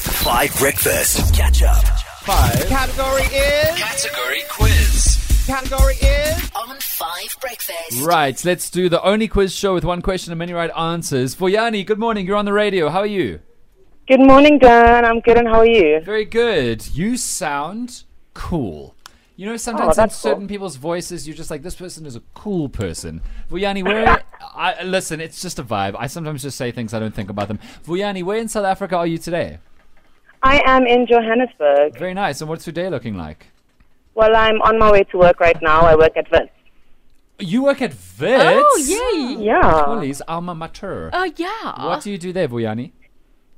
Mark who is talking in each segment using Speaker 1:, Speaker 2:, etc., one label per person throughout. Speaker 1: Five breakfast. Catch up.
Speaker 2: Five.
Speaker 3: Category is.
Speaker 1: Category quiz.
Speaker 3: Category is.
Speaker 4: on Five Breakfast.
Speaker 2: Right, let's do the only quiz show with one question and many right answers. Voyani, good morning. You're on the radio. How are you?
Speaker 5: Good morning, Dan. I'm good, and how are you?
Speaker 2: Very good. You sound cool. You know, sometimes in
Speaker 5: Oh, that's cool.
Speaker 2: certain people's voices, you're just like, this person is a cool person. Vuyani, where. I, listen, it's just a vibe. I sometimes just say things I don't think about them. Vuyani, where in South Africa are you today?
Speaker 5: I am in Johannesburg.
Speaker 2: Very nice. And what's your day looking like?
Speaker 5: Well, I'm on my way to work right now. I work at Vince.
Speaker 2: You work at Vits.
Speaker 6: Oh, yay.
Speaker 5: Yeah. Uh,
Speaker 2: Ollie's alma mater.
Speaker 6: Oh, yeah.
Speaker 2: what do you do there, Vuyani?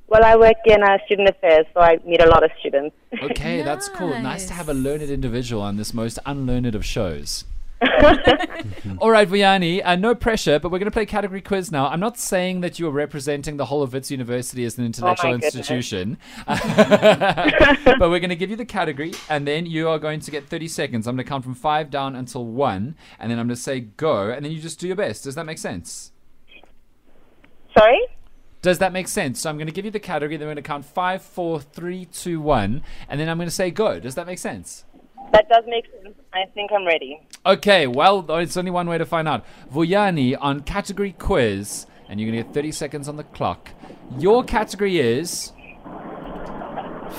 Speaker 5: Well, I work in uh, student affairs, so I meet a lot of students.
Speaker 2: Okay, that's cool. Nice to have a learned individual on this most unlearned of shows. All right, Vianney, uh, no pressure, but we're going to play category quiz now. I'm not saying that you are representing the whole of Wits University as an intellectual
Speaker 5: goodness.
Speaker 2: institution, but we're going to give you the category, and then you are going to get 30 seconds. I'm going to count from five down until one, and then I'm going to say go, and then you just do your best. Does that make sense?
Speaker 5: Sorry?
Speaker 2: Does that make sense? So I'm going to give you the category, then we're going to count five, four, three, two, one, and then I'm going to say go. Does that make sense?
Speaker 5: That does make sense. I think I'm ready.
Speaker 2: Okay, well, it's only one way to find out. Vuyani on category quiz, and you're going to get 30 seconds on the clock. Your category is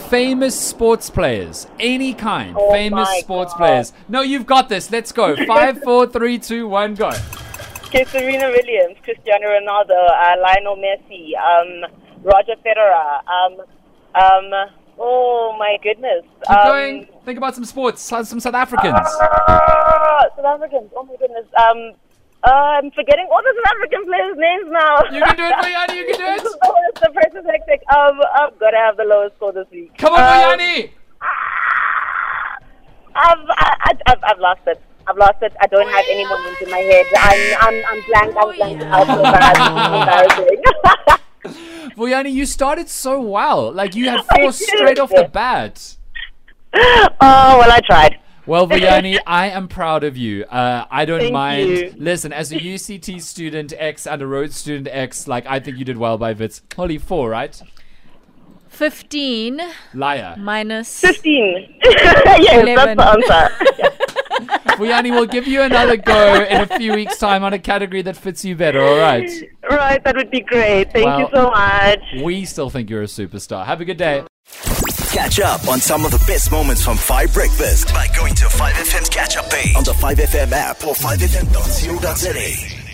Speaker 2: famous sports players, any kind.
Speaker 5: Oh
Speaker 2: famous
Speaker 5: my
Speaker 2: sports
Speaker 5: God.
Speaker 2: players. No, you've got this. Let's go. Five, four, three, two, one, go.
Speaker 5: Um, Okay, Serena Williams, Cristiano Ronaldo, uh, Lionel Messi, um, Roger Federer. Um, um, oh, my goodness.
Speaker 2: Keep
Speaker 5: um,
Speaker 2: going. Think about some sports, some South Africans.
Speaker 5: ah, South Africans. Oh, my goodness. Um, uh, I'm forgetting all the South African players' names now.
Speaker 2: You can do it, Vuyani. You can do it.
Speaker 5: Oh, it's the price is hectic. Um, I've got to have the lowest score this week.
Speaker 2: Come on,
Speaker 5: um,
Speaker 2: Vuyani.
Speaker 5: I've, I, I- I've, I've lost it. I've lost it. I don't have any more names in my head. I'm, I'm, I'm blank. I'm blank. I'm so bad. It's embarrassing.
Speaker 2: Vuyani, you started so well. Like, you had four straight off the bat.
Speaker 5: oh, well, I tried.
Speaker 2: Well, Vianney, I am proud of you. Uh, I don't
Speaker 5: Thank
Speaker 2: mind.
Speaker 5: you.
Speaker 2: Listen, as a UCT student X and a Rhodes student X, like I think you did well by Vits. Holy four, right?
Speaker 6: 15
Speaker 2: Liar.
Speaker 6: minus.
Speaker 5: 15. yes,
Speaker 6: Eleven.
Speaker 5: that's the answer.
Speaker 2: Vianney, we'll give you another go in a few weeks' time on a category that fits you better. All right.
Speaker 5: right, that would be great. Thank you
Speaker 2: Wow.
Speaker 5: so much.
Speaker 2: We still think you're a superstar. Have a good day.
Speaker 1: Catch up on some of the best moments from Five Breakfast by going to 5FM's catch up page on the 5FM app or 5FM.co.za.